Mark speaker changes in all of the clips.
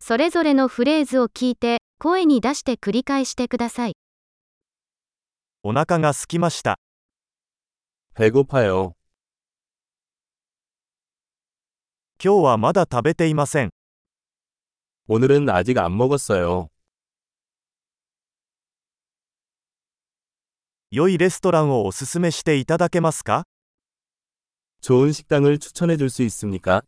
Speaker 1: それぞれのフレーズを聞いて、声に出して繰り返してください。
Speaker 2: お腹が空きました。
Speaker 3: 배고파요.
Speaker 2: 今日はまだ食べていません。
Speaker 3: 오늘은 아직 안 먹었어요.
Speaker 2: 良いレストランをおすすめしていただけますか
Speaker 3: 좋은 식당을 추천해 줄 수 있습니까?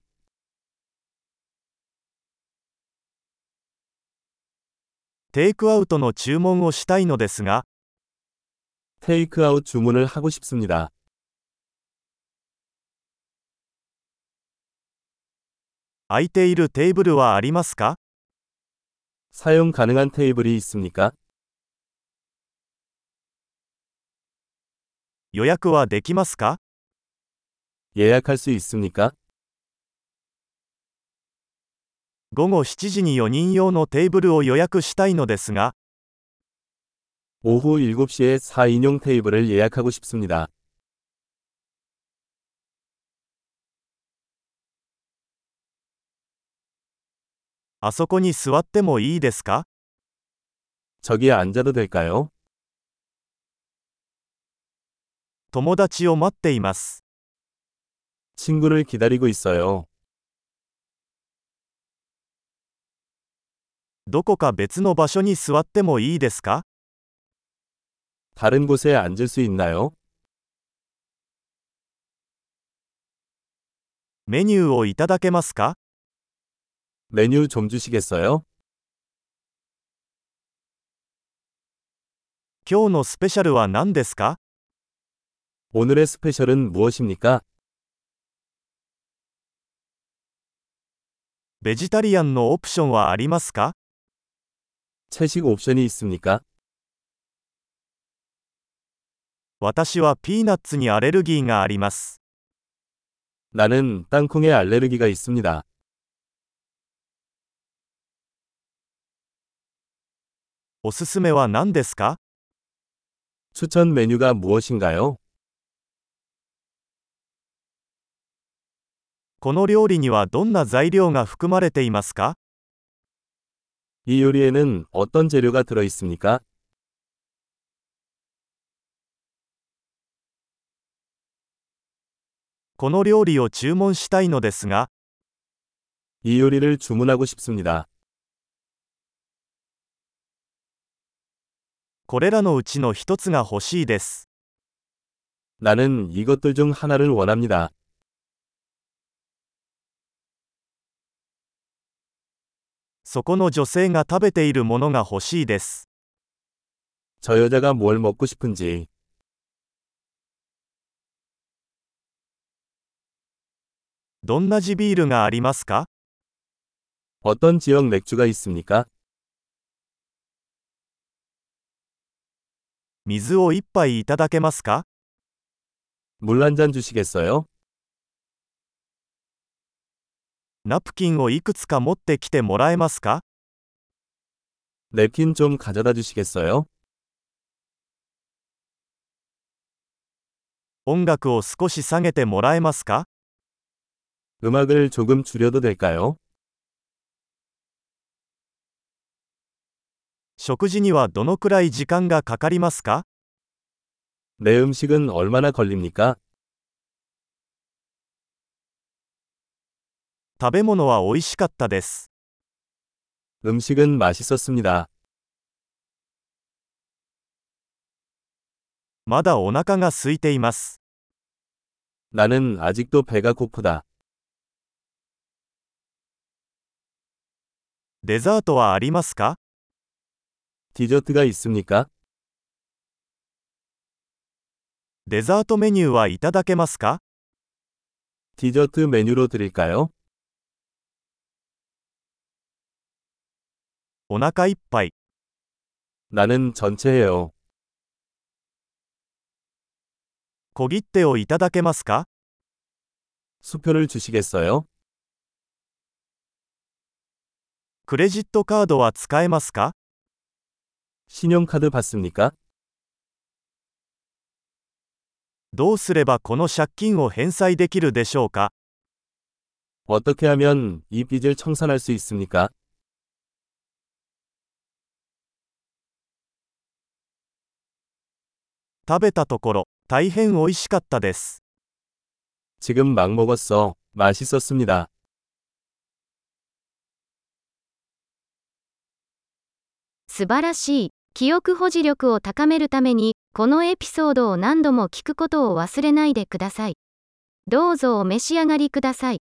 Speaker 2: テイクアウトの注文をしたいのですが、
Speaker 3: 테이크아웃 주문을 하고 싶습니다.
Speaker 2: 空いているテーブルはありますか
Speaker 3: 사용 가능한 테이블이 있습니까?
Speaker 2: 予約はできますか
Speaker 3: 예약할 수 있습니까?
Speaker 2: 午後7時に4人用のテーブルを予約したいのですが、
Speaker 3: 오후 7시에 4인용 테이블을 예약하고 싶습니다.
Speaker 2: あそこに座ってもいいですか
Speaker 3: 저기 앉아도 될까요?
Speaker 2: 友達を待っています。
Speaker 3: 친구를 기다리고 있어요.
Speaker 2: どこか別の場所に座ってもいいですか
Speaker 3: 다른 곳에 앉을 수 있나요?
Speaker 2: メニューをいただけますか
Speaker 3: 메뉴 좀 주시겠어요?
Speaker 2: 今日のスペシャルは何ですか
Speaker 3: 오늘의 스페셜은 무엇입니까?
Speaker 2: ベジタリアンのオプションはありますか
Speaker 3: 채식 옵션이 있습니까?
Speaker 2: 私はピーナッツにアレルギーがあります。
Speaker 3: 나는 땅콩에 알레르기가 있습니다.
Speaker 2: おすすめは何ですか
Speaker 3: 추천 메뉴가 무엇인가요?
Speaker 2: この料理にはどんな材料が含まれていますか
Speaker 3: 이 요리에는 어떤 재료가 들어 있습니까?
Speaker 2: この料理を注文したいのですが、
Speaker 3: 이 요리를 주문하고 싶습니다.
Speaker 2: これらのうちの一つが欲しいです。
Speaker 3: 나는 이것들 중 하나를 원합니다.
Speaker 2: そこの女性が食べているものが欲しいです。
Speaker 3: 저 여자가 뭘 먹고 싶은지.
Speaker 2: どんな地ビールがありますか
Speaker 3: 어떤 지역 맥주가 있습니까?
Speaker 2: 水を一杯いただけますか
Speaker 3: 물 한 잔 주시겠어요?
Speaker 2: ナプキンをいくつか持ってきてもらえますか
Speaker 3: 냅킨 좀 가져다 주시겠어요?
Speaker 2: 音楽を少し下げてもらえますか
Speaker 3: 음악을 조금 줄여도 될까요?
Speaker 2: 食事にはどのくらい時間がかかりますか
Speaker 3: 내 음식은 얼마나 걸립니까?
Speaker 2: 食べ物は美味しかったです。
Speaker 3: 음식은 맛있었습니다.
Speaker 2: まだお腹が空いています。
Speaker 3: 나는 아직도 배가 고프다.
Speaker 2: デザートはありますか
Speaker 3: 디저트가 있습니까?
Speaker 2: デザートメニューはいただけますか
Speaker 3: 디저트 메뉴로 드릴까요?
Speaker 2: お腹いっぱい。
Speaker 3: 나는 전체예요.
Speaker 2: 小切手をいただけますか
Speaker 3: 수표를 주시겠어요?
Speaker 2: クレジットカードは使えますか
Speaker 3: 신용카드 받습니까?
Speaker 2: どうすればこの借金を返済できるでしょうか
Speaker 3: 어떻게 하면 이 빚을 청산할 수 있습니까?
Speaker 2: 食べたところ、大変美味しかったです。
Speaker 3: 지금 막 먹었어. 맛있었습니다.
Speaker 1: 素晴らしい。記憶保持力を高めるために、このエピソードを何度も聞くことを忘れないでください。どうぞお召し上がりください。